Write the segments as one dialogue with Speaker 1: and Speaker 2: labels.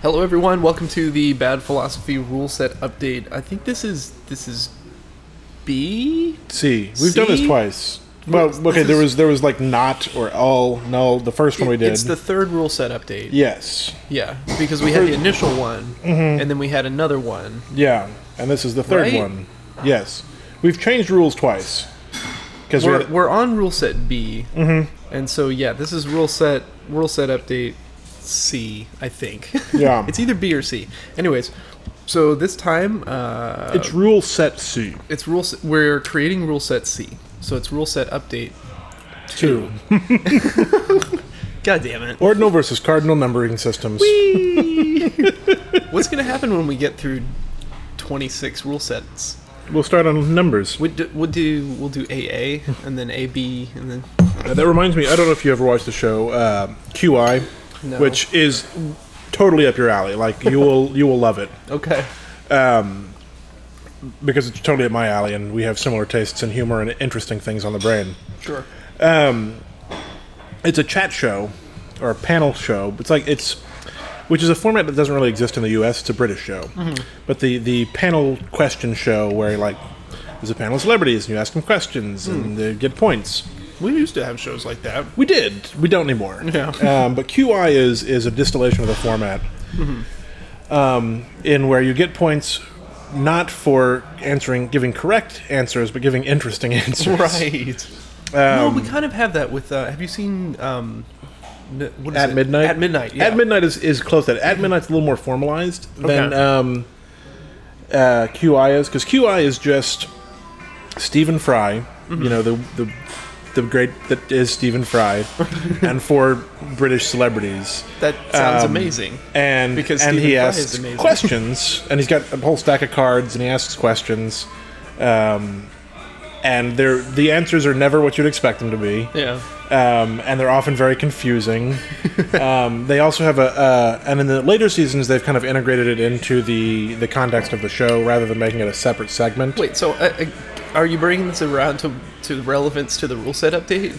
Speaker 1: Hello, everyone. Welcome to the Bad Philosophy Rule Set update. I think this is this is B.
Speaker 2: C. We've done this
Speaker 1: C?
Speaker 2: twice. Well,
Speaker 1: This
Speaker 2: okay. There
Speaker 1: is-
Speaker 2: was there was like not or all null. The first one Oh, we did.
Speaker 1: It's the third rule set update.
Speaker 2: yes.
Speaker 1: Yeah, because we had the initial one,
Speaker 2: Mm-hmm.
Speaker 1: and then we had another one.
Speaker 2: Yeah. And this is the third
Speaker 1: Right?
Speaker 2: one. Yes. We've changed rules twice. Because
Speaker 1: We're,
Speaker 2: we're,
Speaker 1: we're on rule set B, mm-hmm. and so yeah, this is rule set rule set update C. I think.
Speaker 2: Yeah.
Speaker 1: it's either B or C. Anyways, so this time uh,
Speaker 2: it's rule set C
Speaker 1: it's rule. Set, we're creating rule set C. So it's rule set update.
Speaker 2: two.
Speaker 1: God damn it.
Speaker 2: Ordinal versus cardinal numbering systems.
Speaker 1: What's going to happen when we get through 26 rule sets?
Speaker 2: We'll start on numbers.
Speaker 1: We do, we'll do we'll do AA and then AB and then
Speaker 2: Uh, that reminds me. I don't know if you ever watched the show uh, QI,
Speaker 1: No.
Speaker 2: which is totally up your alley. Like you will you will love it.
Speaker 1: okay.
Speaker 2: because it's totally at my alley, and we have similar tastes in humor and interesting things on the brain.
Speaker 1: Sure.
Speaker 2: It's a chat show or a panel show. It's like it's, which is a format that doesn't really exist in the U.S. It's a British show,
Speaker 1: Mm-hmm.
Speaker 2: but the the panel question show where like there's a panel of celebrities and you ask them questions
Speaker 1: Hmm.
Speaker 2: and they get points.
Speaker 1: We used to have shows like that.
Speaker 2: We did. We don't anymore.
Speaker 1: Yeah.
Speaker 2: Um, but QI is is a distillation of the format,
Speaker 1: Mm-hmm.
Speaker 2: um, in where you get points not for answering giving correct answers, but giving interesting answers.
Speaker 1: Right. no, we kind of have that with uh, have you seen um n- what is
Speaker 2: at
Speaker 1: it?
Speaker 2: midnight.
Speaker 1: At midnight. Yeah.
Speaker 2: At midnight is, is close. to That at midnight's a little more formalized than
Speaker 1: Okay.
Speaker 2: um, uh, QI is because QI is just Stephen Fry.
Speaker 1: Mm-hmm.
Speaker 2: You know the the the great that is Stephen Fry, and four British celebrities.
Speaker 1: That sounds
Speaker 2: Um,
Speaker 1: amazing.
Speaker 2: And
Speaker 1: Because
Speaker 2: and
Speaker 1: Stephen
Speaker 2: he
Speaker 1: Fry is
Speaker 2: asks
Speaker 1: amazing.
Speaker 2: questions, and he's got a whole stack of cards, and he asks questions. Um, and they're, the answers are never what you'd expect them to be
Speaker 1: Yeah.
Speaker 2: um, and they're often very confusing. um, they also have a, uh, and in the later seasons, they've kind of integrated it into the the context of the show rather than making it a separate segment.
Speaker 1: Wait, so uh, uh, are you bringing this around to to relevance to the rule set update?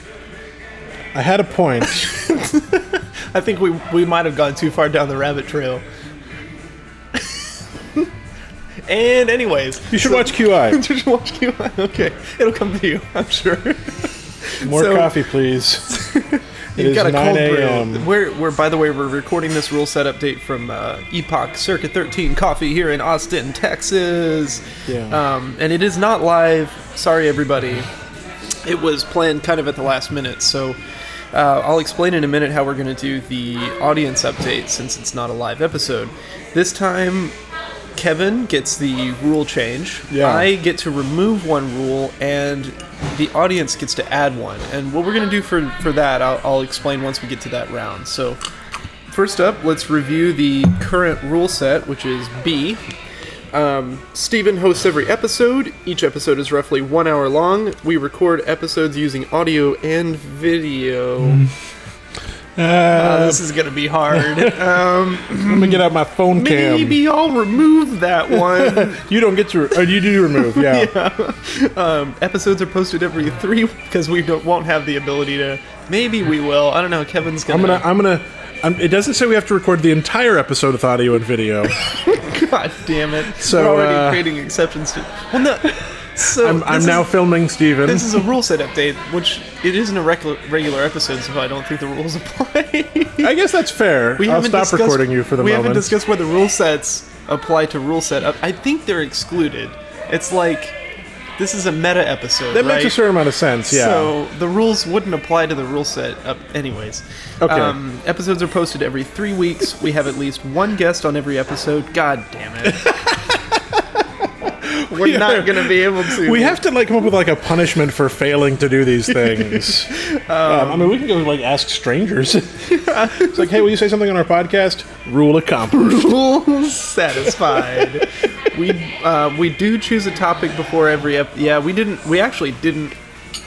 Speaker 2: I had a point.
Speaker 1: I think we we might have gone too far down the rabbit trail. and anyways,
Speaker 2: You should watch QI.
Speaker 1: just watch QI. Okay, it'll come to you, I'm sure.
Speaker 2: More
Speaker 1: So-
Speaker 2: coffee, please. It
Speaker 1: You've
Speaker 2: is
Speaker 1: got a cold
Speaker 2: 9
Speaker 1: brew.
Speaker 2: a.m.
Speaker 1: We're, we're by the way, we're recording this rule set update from uh, Epoch Circuit 13 Coffee here in Austin, Texas.
Speaker 2: Yeah.
Speaker 1: Um, and it is not live. Sorry, everybody. It was planned kind of at the last minute, so. Uh, I'll explain in a minute how we're going to do the audience update since it's not a live episode. This time, Kevin gets the rule change.
Speaker 2: Yeah.
Speaker 1: I get to remove one rule, and the audience gets to add one. And what we're going to do for, for that, I'll, I'll explain once we get to that round. So, first up, let's review the current rule set, which is B. Um, Steven hosts every episode. Each episode is roughly one hour long. We record episodes using audio and video. Uh,
Speaker 2: Uh,
Speaker 1: Oh, this is going to be hard.
Speaker 2: let me get out my phone cam.
Speaker 1: Maybe I'll remove that one.
Speaker 2: You don't get to. Oh, you do remove. Yeah.
Speaker 1: Um, episodes are posted every three because we don't, won't have the ability to. Maybe we will. I don't know. Kevin's
Speaker 2: I'm
Speaker 1: gonna.
Speaker 2: gonna. I'm gonna. I'm, it doesn't say we have to record the entire episode with audio and video.
Speaker 1: God damn it!
Speaker 2: So,
Speaker 1: We're already
Speaker 2: uh,
Speaker 1: creating exceptions to. Well, no. So
Speaker 2: I'm, I'm
Speaker 1: this
Speaker 2: now
Speaker 1: Is,
Speaker 2: filming Steven.
Speaker 1: this is a rule set update, which it isn't a regular regular episode, so I don't think the rules apply.
Speaker 2: I guess that's fair.
Speaker 1: we
Speaker 2: I'll
Speaker 1: haven't
Speaker 2: stop
Speaker 1: discussed-
Speaker 2: recording you for the
Speaker 1: we
Speaker 2: moment.
Speaker 1: haven't discussed whether rule sets apply to rule set up. I think they're excluded. It's like this is a meta episode.
Speaker 2: that
Speaker 1: right?
Speaker 2: makes a certain amount of sense. Yeah.
Speaker 1: So the rules wouldn't apply to the rule set up, anyways. Um,
Speaker 2: Okay.
Speaker 1: episodes are posted every three weeks. We have at least one guest on every episode. God damn it. We're not going to be able to.
Speaker 2: we have to like come up with like a punishment for failing to do these things. um, I mean, we can go like ask strangers. it's like, hey, will you say something on our podcast? Rule accomplished.
Speaker 1: full satisfied. we uh, we do choose a topic before every ep- yeah. We didn't. We actually didn't.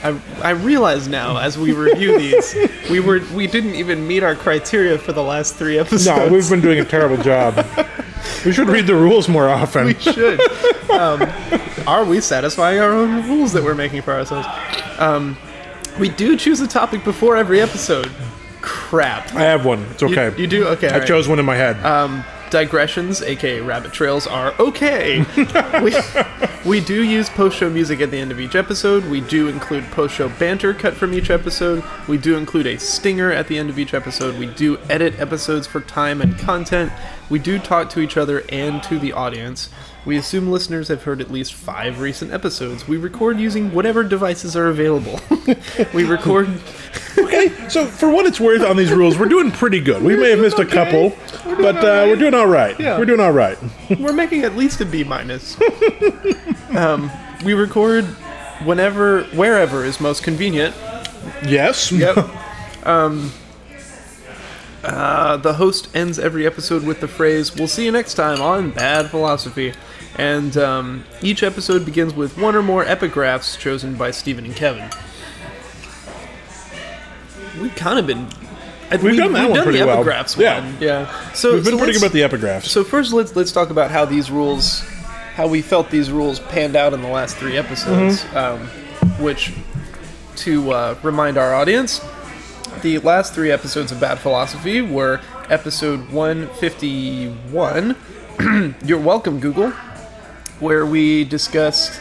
Speaker 1: I, I realize now as we review these, we were we didn't even meet our criteria for the last three episodes.
Speaker 2: no, we've been doing a terrible job. We should read the rules more often.
Speaker 1: we should. Um, are we satisfying our own rules that we're making for ourselves? Um, we do choose a topic before every episode. Crap.
Speaker 2: I have one. It's
Speaker 1: You,
Speaker 2: okay.
Speaker 1: you do? Okay.
Speaker 2: I chose one in my head.
Speaker 1: Um, digressions, aka rabbit trails, are okay. we, we do use post show music at the end of each episode. We do include post show banter cut from each episode. We do include a stinger at the end of each episode. We do edit episodes for time and content. We do talk to each other and to the audience. We assume listeners have heard at least five recent episodes. We record using whatever devices are available. we record.
Speaker 2: Okay, so for what it's worth on these rules, we're doing pretty good. We may have missed a
Speaker 1: Okay.
Speaker 2: couple,
Speaker 1: We're doing
Speaker 2: but
Speaker 1: all
Speaker 2: uh,
Speaker 1: right.
Speaker 2: we're doing all right.
Speaker 1: Yeah.
Speaker 2: We're doing all right.
Speaker 1: We're making at least a B minus. um, we record whenever, wherever is most convenient.
Speaker 2: Yes.
Speaker 1: Yep. Uh, the host ends every episode with the phrase, We'll see you next time on Bad Philosophy. And um, each episode begins with one or more epigraphs chosen by Stephen and Kevin. We've kind of been. I-
Speaker 2: We've done that one pretty
Speaker 1: the
Speaker 2: well.
Speaker 1: epigraphs
Speaker 2: Yeah.
Speaker 1: one. Yeah. So,
Speaker 2: We've been
Speaker 1: so
Speaker 2: pretty good
Speaker 1: let's-
Speaker 2: about the epigraphs.
Speaker 1: So first, let's let's talk about how these rules, how we felt these rules panned out in the last three episodes. Um, which, to uh, remind our audience, the last three episodes of Bad Philosophy were episode one fifty one. You're welcome, Google, where we discussed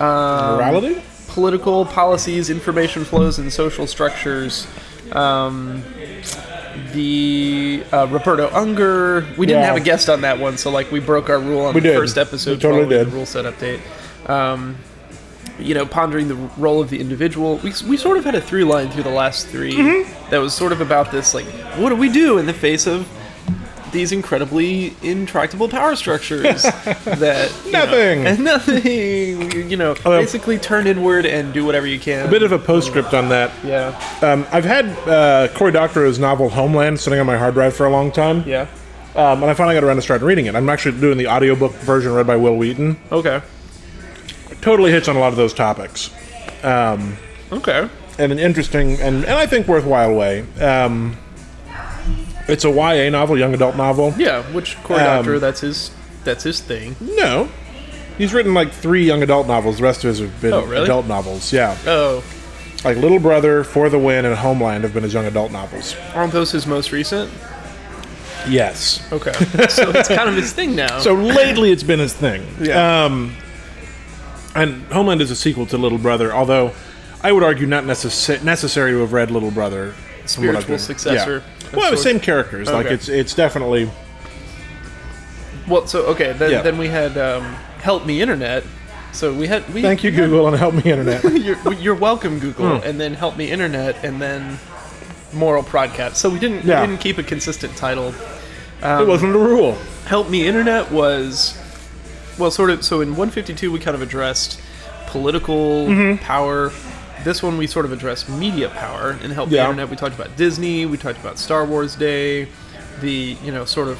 Speaker 1: Um,
Speaker 2: Morality?
Speaker 1: political policies, information flows, and social structures. Um, the uh, Roberto Unger. We didn't
Speaker 2: Yeah.
Speaker 1: have a guest on that one, so like we broke our rule on
Speaker 2: We
Speaker 1: the
Speaker 2: did.
Speaker 1: first episode.
Speaker 2: We totally
Speaker 1: following
Speaker 2: did.
Speaker 1: the rule set update. Um, you know, pondering the role of the individual. We, we sort of had a through line through the last 3
Speaker 2: Mm-hmm.
Speaker 1: that was sort of about this like, what do we do in the face of these incredibly intractable power structures that you know,
Speaker 2: Nothing. Oh,
Speaker 1: and nothing you- you know
Speaker 2: Although-
Speaker 1: basically turn inward and do whatever you can
Speaker 2: A bit of a postscript on that.
Speaker 1: yeah
Speaker 2: Um, I've had uh, Cory Doctorow's novel Homeland sitting on my hard drive for a long time,
Speaker 1: yeah
Speaker 2: um, and I finally got around to starting reading it. I'm actually doing the audiobook version read by Will Wheaton.
Speaker 1: okay
Speaker 2: Totally hits on a lot of those topics.
Speaker 1: okay
Speaker 2: in an interesting and, and I think worthwhile way. Um, it's a YA novel, young adult novel.
Speaker 1: yeah which core
Speaker 2: Um,
Speaker 1: doctor that's his that's his thing
Speaker 2: No, he's written like three young adult novels. The rest of his have been
Speaker 1: Oh, really?
Speaker 2: adult novels. Yeah,
Speaker 1: oh
Speaker 2: like Little Brother, For the Win, and Homeland have been his young adult novels.
Speaker 1: aren't those his most recent
Speaker 2: Yes.
Speaker 1: okay so it's kind of his thing now
Speaker 2: So lately, it's been his thing.
Speaker 1: Yeah.
Speaker 2: Um, and Homeland is a sequel to Little Brother, although I would argue not necess- necessary to have read Little Brother. from what I've
Speaker 1: Spiritual
Speaker 2: been-
Speaker 1: successor
Speaker 2: Yeah.
Speaker 1: of
Speaker 2: Well, the
Speaker 1: sorts.
Speaker 2: same characters. Like
Speaker 1: Okay.
Speaker 2: it's it's definitely
Speaker 1: well so okay then,
Speaker 2: Yeah.
Speaker 1: then we had um, help me internet so we had we
Speaker 2: Thank you, Hmm. Google, and help me, Internet.
Speaker 1: you're, you're welcome google and then help me internet and then moral podcast so we didn't
Speaker 2: Yeah.
Speaker 1: we didn't keep a consistent title
Speaker 2: it wasn't a rule.
Speaker 1: Help Me Internet was, well, sort of. So in 152, we kind of addressed political power. This one, we sort of addressed media power. In Help Me
Speaker 2: Yeah.
Speaker 1: Internet, we talked about Disney, we talked about Star Wars Day, the, you know, sort of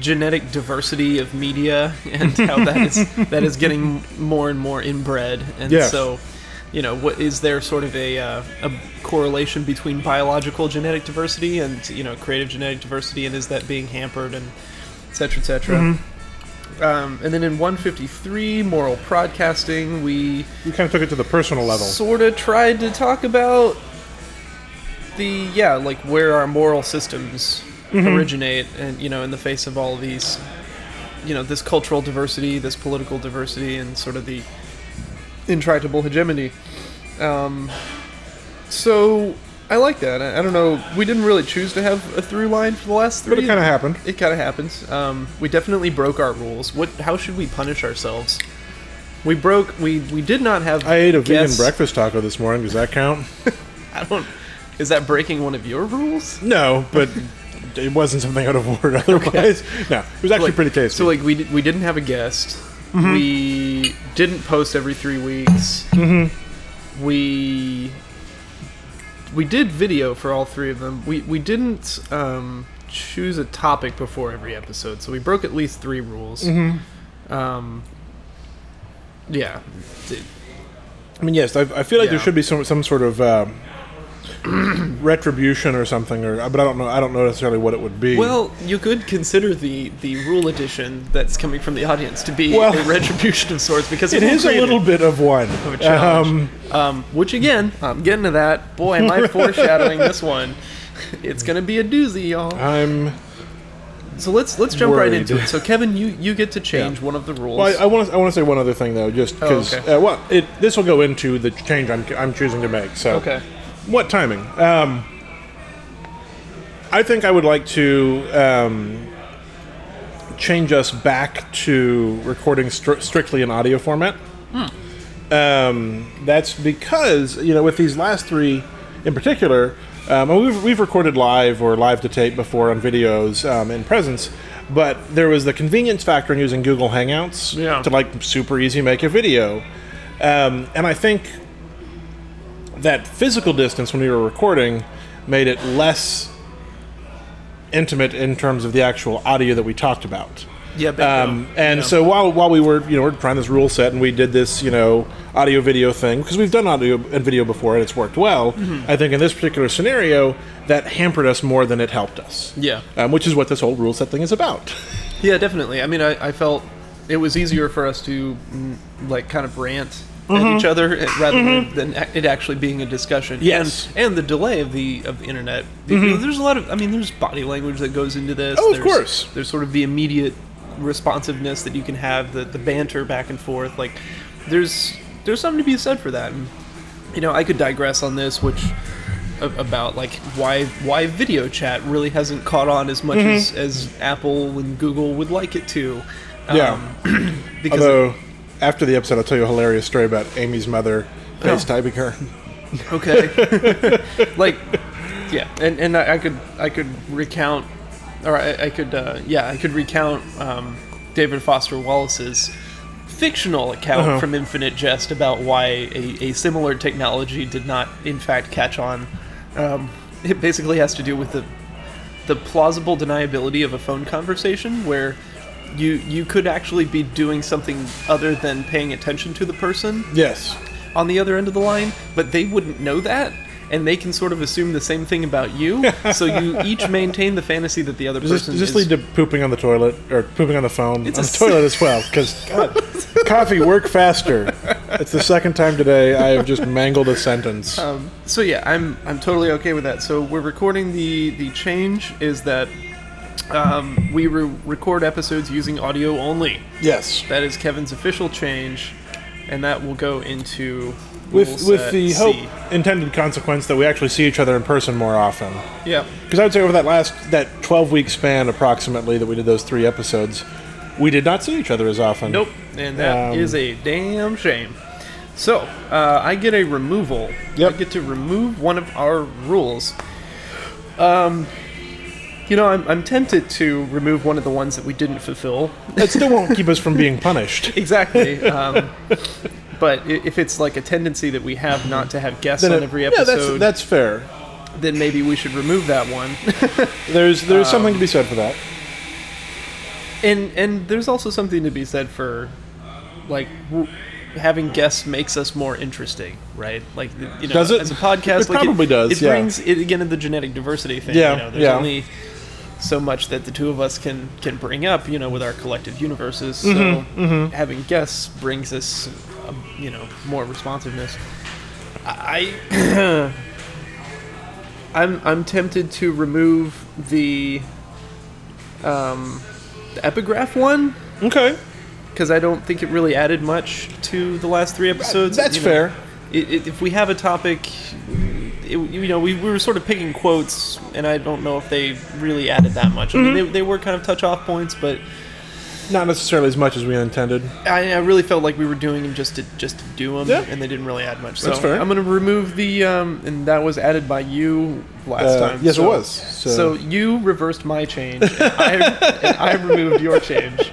Speaker 1: genetic diversity of media and how that is that is getting more and more inbred and
Speaker 2: Yes.
Speaker 1: so you know what is there sort of a, uh, a correlation between biological genetic diversity and you know creative genetic diversity and is that being hampered and et cetera et cetera um, and then in 153 moral broadcasting we
Speaker 2: We kind of took it to the personal level.
Speaker 1: sort of tried to talk about the yeah like where our moral systems
Speaker 2: Mm-hmm.
Speaker 1: originate and you know in the face of all these you know this cultural diversity this political diversity and sort of the intractable hegemony um, so i like that I, I don't know we didn't really choose to have a through line for the last three
Speaker 2: but it kind of happened.
Speaker 1: it kind of happens. Um, we definitely broke our rules. What? How should we punish ourselves? We broke. We we did not have.
Speaker 2: I ate a vegan
Speaker 1: guests-
Speaker 2: breakfast taco this morning. Does that count?
Speaker 1: I don't. Is that breaking one of your rules?
Speaker 2: No, but it wasn't something I'd have ordered otherwise. No, it was actually
Speaker 1: Like-
Speaker 2: pretty tasty. Mm-hmm.
Speaker 1: So like we di- we didn't have a guest. We didn't post every three weeks.
Speaker 2: Mm-hmm.
Speaker 1: We we did video for all three of them. We we didn't um, choose a topic before every episode, so we broke at least three rules.
Speaker 2: Mm-hmm.
Speaker 1: Um, yeah. D-
Speaker 2: I mean, yes, I, I feel like there
Speaker 1: Yeah.
Speaker 2: should be some some sort of um, retribution or something, or but I don't know. I don't know necessarily what it would be.
Speaker 1: Well, you could consider the the rule edition that's coming from the audience to be
Speaker 2: Well-
Speaker 1: a retribution of sorts because
Speaker 2: it
Speaker 1: we'll
Speaker 2: is a
Speaker 1: create
Speaker 2: little bit of one.
Speaker 1: of a challenge. Um, which again, I'm getting to that. Boy, am I foreshadowing this one. It's gonna be a doozy, y'all.
Speaker 2: I'm
Speaker 1: So let's let's jump right into
Speaker 2: Worried.
Speaker 1: it. So Kevin, you you get to change one of the rules.
Speaker 2: Well, I want to I want to say one other thing though, just because
Speaker 1: Oh, okay.
Speaker 2: uh, well, it this will go into the change I'm I'm choosing to make. So
Speaker 1: Okay.
Speaker 2: what timing? Um, I think I would like to um, change us back to recording stri- strictly in audio format. Um, that's because you know with these last three in particular, um, and we've we've recorded live or live to tape before on videos um, in presence, but there was the convenience factor in using Google Hangouts
Speaker 1: Yeah.
Speaker 2: to like super easy make a video, um, and I think that physical distance when we were recording made it less intimate in terms of the actual audio that we talked about.
Speaker 1: yeah, back
Speaker 2: Um,
Speaker 1: down.
Speaker 2: and
Speaker 1: Yeah.
Speaker 2: so while while we were you know we're trying this rule set and we did this you know audio video thing because we've done audio and video before and it's worked well.
Speaker 1: Mm-hmm.
Speaker 2: I think in this particular scenario that hampered us more than it helped us.
Speaker 1: Yeah.
Speaker 2: Um, which is what this whole rule set thing is about.
Speaker 1: Yeah, definitely. I mean, I, I felt it was easier for us to mm, like kind of rant at
Speaker 2: Mm-hmm.
Speaker 1: each other eh, rather than, than it actually being a discussion.
Speaker 2: Yes. Mm-hmm.
Speaker 1: and, and the delay of the of the internet. The- There's a lot of. I mean, there's body language that goes into this.
Speaker 2: Oh, of
Speaker 1: there's,
Speaker 2: course.
Speaker 1: There's sort of the immediate responsiveness that you can have, the the banter back and forth. Like, there's there's something to be said for that. And, you know, I could digress on this, which a- about like why why video chat really hasn't caught on as much as, as Apple and Google would like it to. Um,
Speaker 2: Yeah.
Speaker 1: because
Speaker 2: Although after the episode, I'll tell you a hilarious story about Amy's mother FaceTiming her.
Speaker 1: okay, like yeah, and and I, I could I could recount, or I, I could uh, yeah I could recount um, David Foster Wallace's fictional account
Speaker 2: Uh-huh.
Speaker 1: from Infinite Jest about why a, a similar technology did not in fact catch on. Um, it basically has to do with the the plausible deniability of a phone conversation where you you could actually be doing something other than paying attention to the person
Speaker 2: Yes.
Speaker 1: on the other end of the line, but they wouldn't know that, and they can sort of assume the same thing about you. so you each maintain the fantasy that the other
Speaker 2: Does this,
Speaker 1: person
Speaker 2: does this
Speaker 1: is.
Speaker 2: lead to pooping on the toilet or pooping on the phone
Speaker 1: It's
Speaker 2: on
Speaker 1: a
Speaker 2: the toilet as well? Because coffee work faster. It's the second time today I have just mangled a sentence.
Speaker 1: um, so yeah, I'm I'm totally okay with that. So we're recording the the change is that um, we re- record episodes using audio only.
Speaker 2: yes,
Speaker 1: That is Kevin's official change, and that will go into
Speaker 2: with
Speaker 1: rule
Speaker 2: with
Speaker 1: set
Speaker 2: the
Speaker 1: C.
Speaker 2: hope intended consequence that we actually see each other in person more often.
Speaker 1: Yeah,
Speaker 2: Because I would say over that last that twelve week span approximately that we did those three episodes, we did not see each other as often.
Speaker 1: nope, and that
Speaker 2: Um,
Speaker 1: is a damn shame. So uh, I get a removal.
Speaker 2: Yep.
Speaker 1: I get to remove one of our rules. Um, you know, I'm, I'm tempted to remove one of the ones that we didn't fulfill.
Speaker 2: That still won't keep us from being punished.
Speaker 1: Exactly. Um, but i- if it's like a tendency that we have not to have guests on
Speaker 2: it-
Speaker 1: every
Speaker 2: yeah,
Speaker 1: episode,
Speaker 2: that's that's fair.
Speaker 1: then maybe we should remove that one.
Speaker 2: There's there's
Speaker 1: Um,
Speaker 2: something to be said for that.
Speaker 1: and and there's also something to be said for like w- having guests makes us more interesting right like th- you know,
Speaker 2: Does it?
Speaker 1: as a podcast
Speaker 2: It
Speaker 1: like
Speaker 2: probably does,
Speaker 1: it
Speaker 2: yeah.
Speaker 1: brings it again to the genetic diversity thing
Speaker 2: Yeah,
Speaker 1: you know there's
Speaker 2: yeah.
Speaker 1: only so much that the two of us can can bring up you know with our collective universes so
Speaker 2: Mm-hmm,
Speaker 1: having guests brings us um, you know more responsiveness i i'm i'm tempted to remove the um the epigraph one
Speaker 2: Okay.
Speaker 1: because I don't think it really added much to the last three episodes.
Speaker 2: That's
Speaker 1: You know,
Speaker 2: fair.
Speaker 1: It, it, if we have a topic, it, you know, we, we were sort of picking quotes, and I don't know if they really added that much. I mean,
Speaker 2: Mm-hmm.
Speaker 1: they, they were kind of touch off points, but
Speaker 2: Not necessarily as much as we intended.
Speaker 1: I, I really felt like we were doing them just to just to do them,
Speaker 2: Yeah.
Speaker 1: and they didn't really add much. So
Speaker 2: That's fair.
Speaker 1: I'm going to remove the, um, and that was added by you last
Speaker 2: Uh,
Speaker 1: time.
Speaker 2: yes, it
Speaker 1: so-
Speaker 2: was.
Speaker 1: So.
Speaker 2: So-
Speaker 1: you reversed my change, and I, and I removed your change.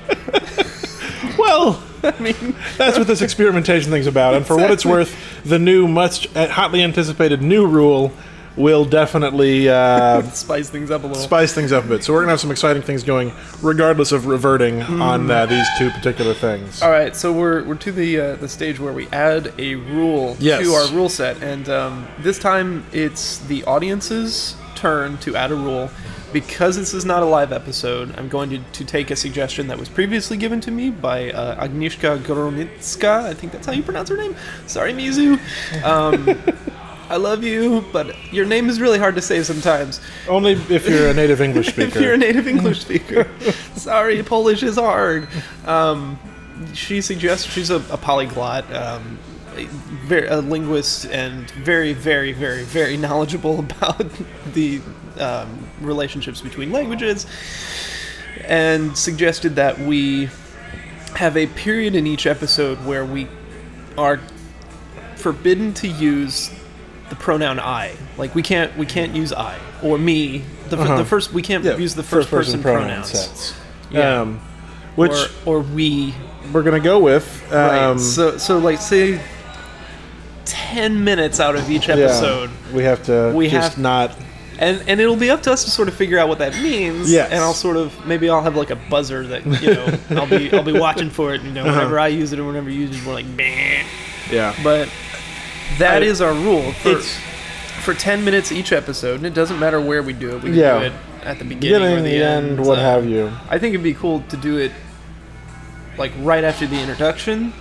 Speaker 2: Well,
Speaker 1: I mean,
Speaker 2: that's what this experimentation thing's about. And for what it's worth, the new, much uh, hotly anticipated new rule will definitely uh,
Speaker 1: spice things up a little.
Speaker 2: spice things up a bit. So we're gonna have some exciting things going, regardless of reverting on
Speaker 1: Mm.
Speaker 2: uh, these two particular things.
Speaker 1: All right, so we're we're to the uh, the stage where we add a rule
Speaker 2: Yes.
Speaker 1: to our rule set, and um, this time it's the audience's turn to add a rule. Because this is not a live episode, I'm going to, to take a suggestion that was previously given to me by uh, Agnieszka Goronitska. I think that's how you pronounce her name. Sorry, Mizu. Um, I love you, but your name is really hard to say sometimes.
Speaker 2: Only if you're a native English speaker.
Speaker 1: If you're a native English speaker, sorry, Polish is hard. Um, she suggests she's a, a polyglot, um, a, very, a linguist, and very, very, very, very knowledgeable about the um, relationships between languages, and suggested that we have a period in each episode where we are forbidden to use the pronoun I. Like we can't we can't use I or me. The, fir-
Speaker 2: Uh-huh.
Speaker 1: the first we can't
Speaker 2: Yeah,
Speaker 1: use the first, person,
Speaker 2: pronoun
Speaker 1: pronouns.
Speaker 2: sets.
Speaker 1: Yeah.
Speaker 2: Um, which
Speaker 1: or, or we.
Speaker 2: we're gonna go with. Um,
Speaker 1: Right. so so like say ten minutes out of each
Speaker 2: yeah,
Speaker 1: episode.
Speaker 2: we have to
Speaker 1: We
Speaker 2: just
Speaker 1: have-
Speaker 2: not.
Speaker 1: And and it'll be up to us to sort of figure out what that means.
Speaker 2: Yes.
Speaker 1: And I'll sort of maybe I'll have like a buzzer that, you know, I'll be I'll be watching for it, you know,
Speaker 2: Uh-huh.
Speaker 1: whenever I use it or whenever you use it, we're like "Bah."
Speaker 2: Yeah.
Speaker 1: But that
Speaker 2: I-
Speaker 1: is our rule for,
Speaker 2: it's-
Speaker 1: for 10 minutes each episode, and it doesn't matter where we do it. We can
Speaker 2: Yeah.
Speaker 1: do it at the beginning
Speaker 2: Beginning,
Speaker 1: or the,
Speaker 2: the end,
Speaker 1: end,
Speaker 2: what
Speaker 1: uh,
Speaker 2: have you.
Speaker 1: I think it'd be cool to do it like right after the introduction.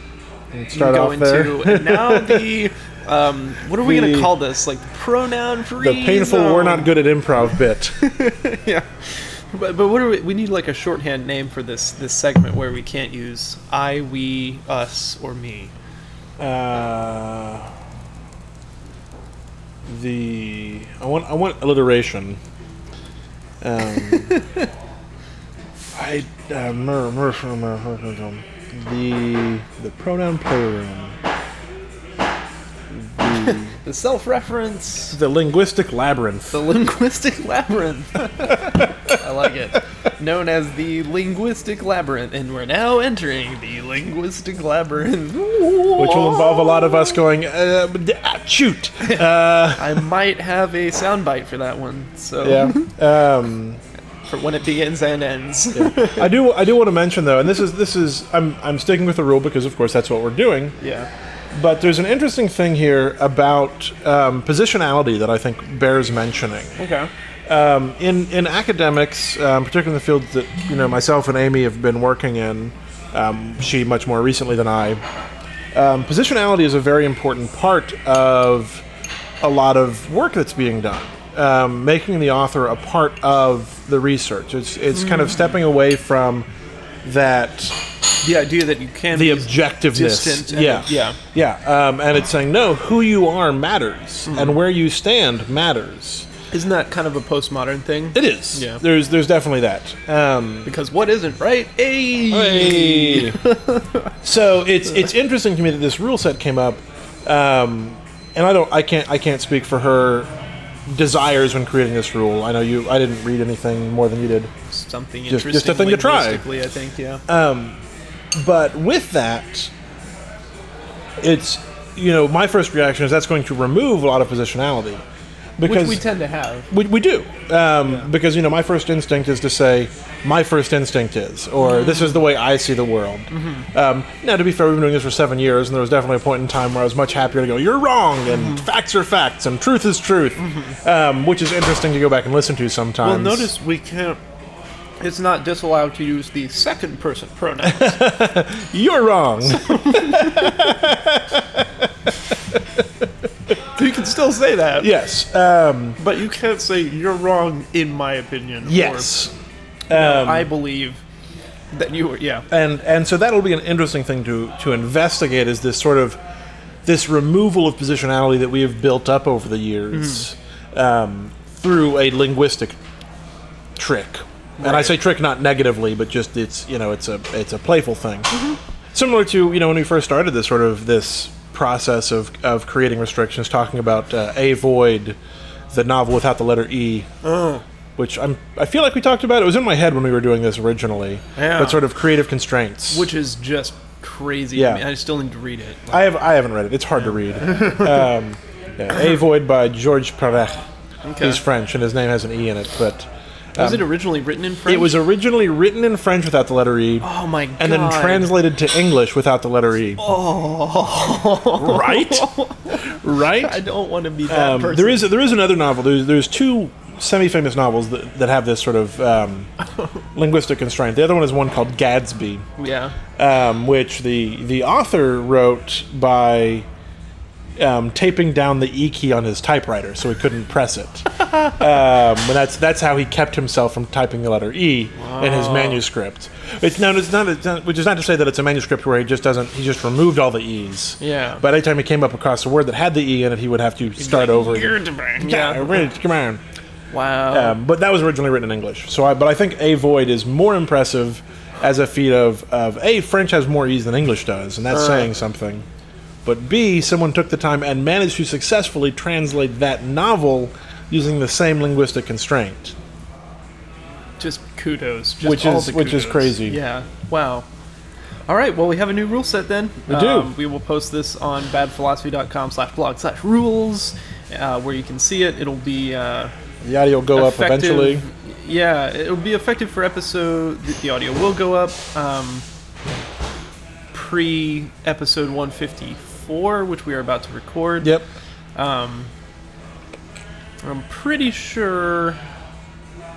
Speaker 2: Start off there.
Speaker 1: and now the um, what are we gonna
Speaker 2: The-
Speaker 1: call this? Like the pronoun Oh. free.
Speaker 2: The painful,
Speaker 1: zone.
Speaker 2: we're not good at improv bit.
Speaker 1: yeah. But, but what are we? We need like a shorthand name for this this segment where we can't use I, we, us, or me.
Speaker 2: Uh, the I want I want alliteration. Um, I uh, mer- mer- mer- mer- mer- mer- mer- the the pronoun playroom. The,
Speaker 1: The self reference.
Speaker 2: the linguistic labyrinth.
Speaker 1: The linguistic labyrinth. I like it. Known as the linguistic labyrinth, and we're now entering the linguistic labyrinth,
Speaker 2: which will involve a lot of us going, uh, d- ah, shoot. Uh,
Speaker 1: I might have a soundbite for that one, so
Speaker 2: yeah. Um,
Speaker 1: for when it begins and ends.
Speaker 2: I do. I do want to mention though, and this is this is. I'm I'm sticking with the rule because of course that's what we're doing.
Speaker 1: yeah.
Speaker 2: But there's an interesting thing here about um, positionality that I think bears mentioning.
Speaker 1: Okay.
Speaker 2: Um, in in academics, um, particularly in the fields that you know myself and Amy have been working in, um, she much more recently than I. Um, positionality is a very important part of a lot of work that's being done. Um, making the author a part of the research. It's it's kind of stepping away from that
Speaker 1: The idea that you can
Speaker 2: the
Speaker 1: be
Speaker 2: objectiveness.
Speaker 1: distant and-
Speaker 2: yeah,
Speaker 1: yeah.
Speaker 2: yeah. Um, and it's saying no, who you are matters,
Speaker 1: Hmm.
Speaker 2: and where you stand matters.
Speaker 1: isn't that kind of a postmodern thing?
Speaker 2: It is.
Speaker 1: Yeah.
Speaker 2: There's there's definitely that. Um,
Speaker 1: because what isn't right? Hey.
Speaker 2: so it's it's interesting to me that this rule set came up, um, and I don't I can't I can't speak for her desires when creating this rule. I know you I didn't read anything more than you did.
Speaker 1: Something
Speaker 2: Just-
Speaker 1: interesting.
Speaker 2: just a thing to try. Uh,
Speaker 1: linguistically, I think. Yeah.
Speaker 2: But with that, it's you know my first reaction is that's going to remove a lot of positionality because
Speaker 1: Which we tend to have.
Speaker 2: we, we do um, because you know my first instinct is to say my first instinct is or
Speaker 1: Mm-hmm.
Speaker 2: this is the way I see the world. Um, now to be fair, we've been doing this for seven years, and there was definitely a point in time where I was much happier to go you're wrong and
Speaker 1: Mm-hmm.
Speaker 2: facts are facts and truth is truth, um, which is interesting to go back and listen to sometimes.
Speaker 1: Well, notice we can't. It's not disallowed to use the second person pronoun.
Speaker 2: you're wrong.
Speaker 1: you can still say that,
Speaker 2: yes, um,
Speaker 1: but you can't say you're wrong in my opinion.
Speaker 2: yes.
Speaker 1: or,
Speaker 2: Um,
Speaker 1: I believe that you were. Yeah,
Speaker 2: and and so that'll be an interesting thing to to investigate is this sort of this removal of positionality that we have built up over the years
Speaker 1: Mm-hmm.
Speaker 2: um, through a linguistic trick and i
Speaker 1: Right.
Speaker 2: say trick not negatively but just it's you know it's a it's a playful thing
Speaker 1: Mm-hmm.
Speaker 2: similar to you know when we first started this sort of this process of of creating restrictions talking about uh, a void the novel without the letter e
Speaker 1: Uh.
Speaker 2: which I'm, I feel like we talked about. It was in my head when we were doing this originally.
Speaker 1: Yeah.
Speaker 2: But sort of creative constraints.
Speaker 1: which is just crazy.
Speaker 2: Yeah.
Speaker 1: I, mean, I still need to read it. Like,
Speaker 2: I have I haven't read it. It's hard to read. um, yeah, A Void by Georges Perec.
Speaker 1: Okay.
Speaker 2: He's French, and his name has an E in it. But
Speaker 1: was it originally written in French?
Speaker 2: it was originally written in French without the letter E,
Speaker 1: Oh my god!
Speaker 2: and then translated to English without the letter E.
Speaker 1: Oh,
Speaker 2: Right? Right.
Speaker 1: I don't want to be that
Speaker 2: Um,
Speaker 1: person.
Speaker 2: there is there is another novel. There's there's two semi-famous novels that, that have this sort of um, linguistic constraint. The other one is one called Gadsby,
Speaker 1: yeah.
Speaker 2: um, which the the author wrote by um, taping down the E key on his typewriter so he couldn't press it. um, and that's that's how he kept himself from typing the letter E in his manuscript. It's no, it's not, it's not, which is not to say that it's a manuscript where he just doesn't he just removed all the E's.
Speaker 1: Yeah.
Speaker 2: But anytime he came up across a word that had the E in it, he would have to start over. again. Yeah,
Speaker 1: Yeah.
Speaker 2: really, come on.
Speaker 1: Wow.
Speaker 2: Um, but that was originally written in English. So, I, but I think a void is more impressive as a feat of, of a French has more ease than English does, and that's
Speaker 1: Uh.
Speaker 2: saying something. But b someone took the time and managed to successfully translate that novel using the same linguistic constraint.
Speaker 1: Just kudos. Just
Speaker 2: Which
Speaker 1: all
Speaker 2: is-
Speaker 1: the
Speaker 2: which is
Speaker 1: kudos.
Speaker 2: crazy.
Speaker 1: Yeah. Wow. All right. Well, we have a new rule set then. We
Speaker 2: do.
Speaker 1: we will post this on badphilosophy.com slash blog slash rules, uh, where you can see it. It'll be uh,
Speaker 2: The audio will go up
Speaker 1: effective-
Speaker 2: eventually.
Speaker 1: Yeah, it'll be effective for episode. The, the audio will go up um, pre episode 154, which we are about to record.
Speaker 2: Yep.
Speaker 1: I'm pretty sure.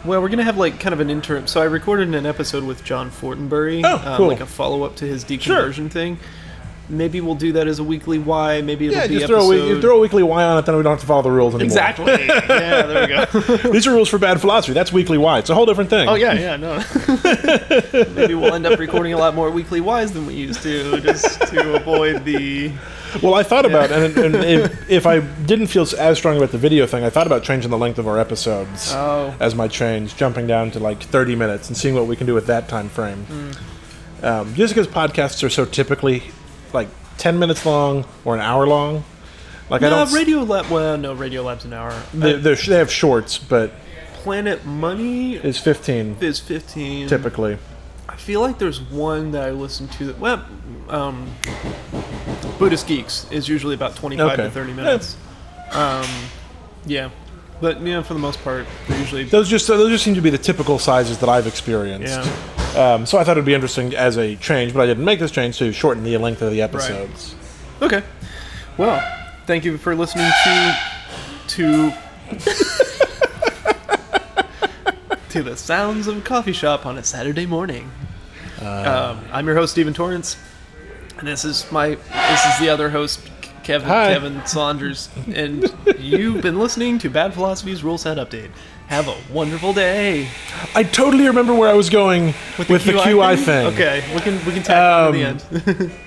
Speaker 1: Well, we're gonna have like kind of an interim. So I recorded an episode with John Fortenbury,
Speaker 2: Oh,
Speaker 1: um,
Speaker 2: cool.
Speaker 1: like a follow up to his deconversion thing. Maybe we'll do that as a weekly why. Maybe it'll
Speaker 2: Yeah,
Speaker 1: be
Speaker 2: just
Speaker 1: episode.
Speaker 2: throw a, wee- you throw a weekly Y on it, then we don't have to follow the rules anymore.
Speaker 1: exactly. yeah, there we go.
Speaker 2: These are rules for bad philosophy. That's weekly Y. It's a whole different thing.
Speaker 1: Oh yeah, yeah, no. Maybe we'll end up recording a lot more weekly wise than we used to, just to avoid the.
Speaker 2: Well, I thought about, and, and if, if I didn't feel as strong about the video thing, I thought about changing the length of our episodes
Speaker 1: Oh.
Speaker 2: as my change, jumping down to like 30 minutes and seeing what we can do with that time frame.
Speaker 1: Hmm.
Speaker 2: Um, just because podcasts are so typically like 10 minutes long or an hour long. Like I
Speaker 1: No,
Speaker 2: don't. s-
Speaker 1: Radio Lab. Well, no, Radio Lab's an hour. Uh,
Speaker 2: they, they're sh- they have shorts, but
Speaker 1: Planet Money
Speaker 2: it's 15
Speaker 1: is fifteen.
Speaker 2: typically.
Speaker 1: I feel like there's one that I listen to that. Well, um, Buddhist Geeks is usually about twenty-five to
Speaker 2: Okay.
Speaker 1: thirty
Speaker 2: Yeah.
Speaker 1: minutes. Um, yeah, but yeah, for the most part, they're usually.
Speaker 2: Those just those just seem to be the typical sizes that I've experienced.
Speaker 1: Yeah.
Speaker 2: Um, so I thought it would be interesting as a change, but I didn't make this change to shorten the length of the episodes.
Speaker 1: Okay. Well, thank you for listening to to to the sounds of a coffee shop on a Saturday morning.
Speaker 2: Uh.
Speaker 1: um, I'm your host Stephen Torrance, and this is my this is the other host Kevin
Speaker 2: Hi.
Speaker 1: Kevin Saunders, and you've been listening to Bad Philosophy's Rule Set Update. Have a wonderful day
Speaker 2: I totally remember where I was going with the, QI, thing. Um.
Speaker 1: Okay, we can we can tackle it in the end.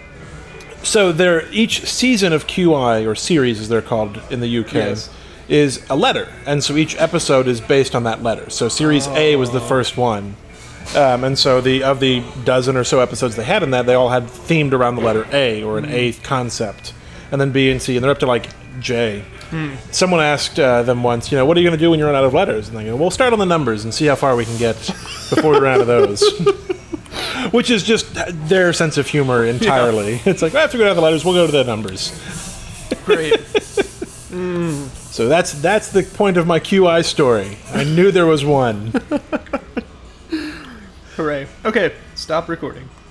Speaker 2: So there, each season of QI or series, as they're called in the UK,
Speaker 1: Yes.
Speaker 2: is a letter, and so each episode is based on that letter. So series A was the first one, um, and so the of the dozen or so episodes they had in that, they all had themed around the letter A or an A concept, and then B and C, and they're up to like J. Someone asked uh, them once, you know, what are you going to do when you run out of letters? And they go, we'll start on the numbers and see how far we can get before we run out of those. Which is just their sense of humor entirely. It's like, I have to go down the letters, we'll go to the numbers.
Speaker 1: Great.
Speaker 2: So that's that's the point of my QI story. I knew there was one.
Speaker 1: Hooray. Okay, stop recording.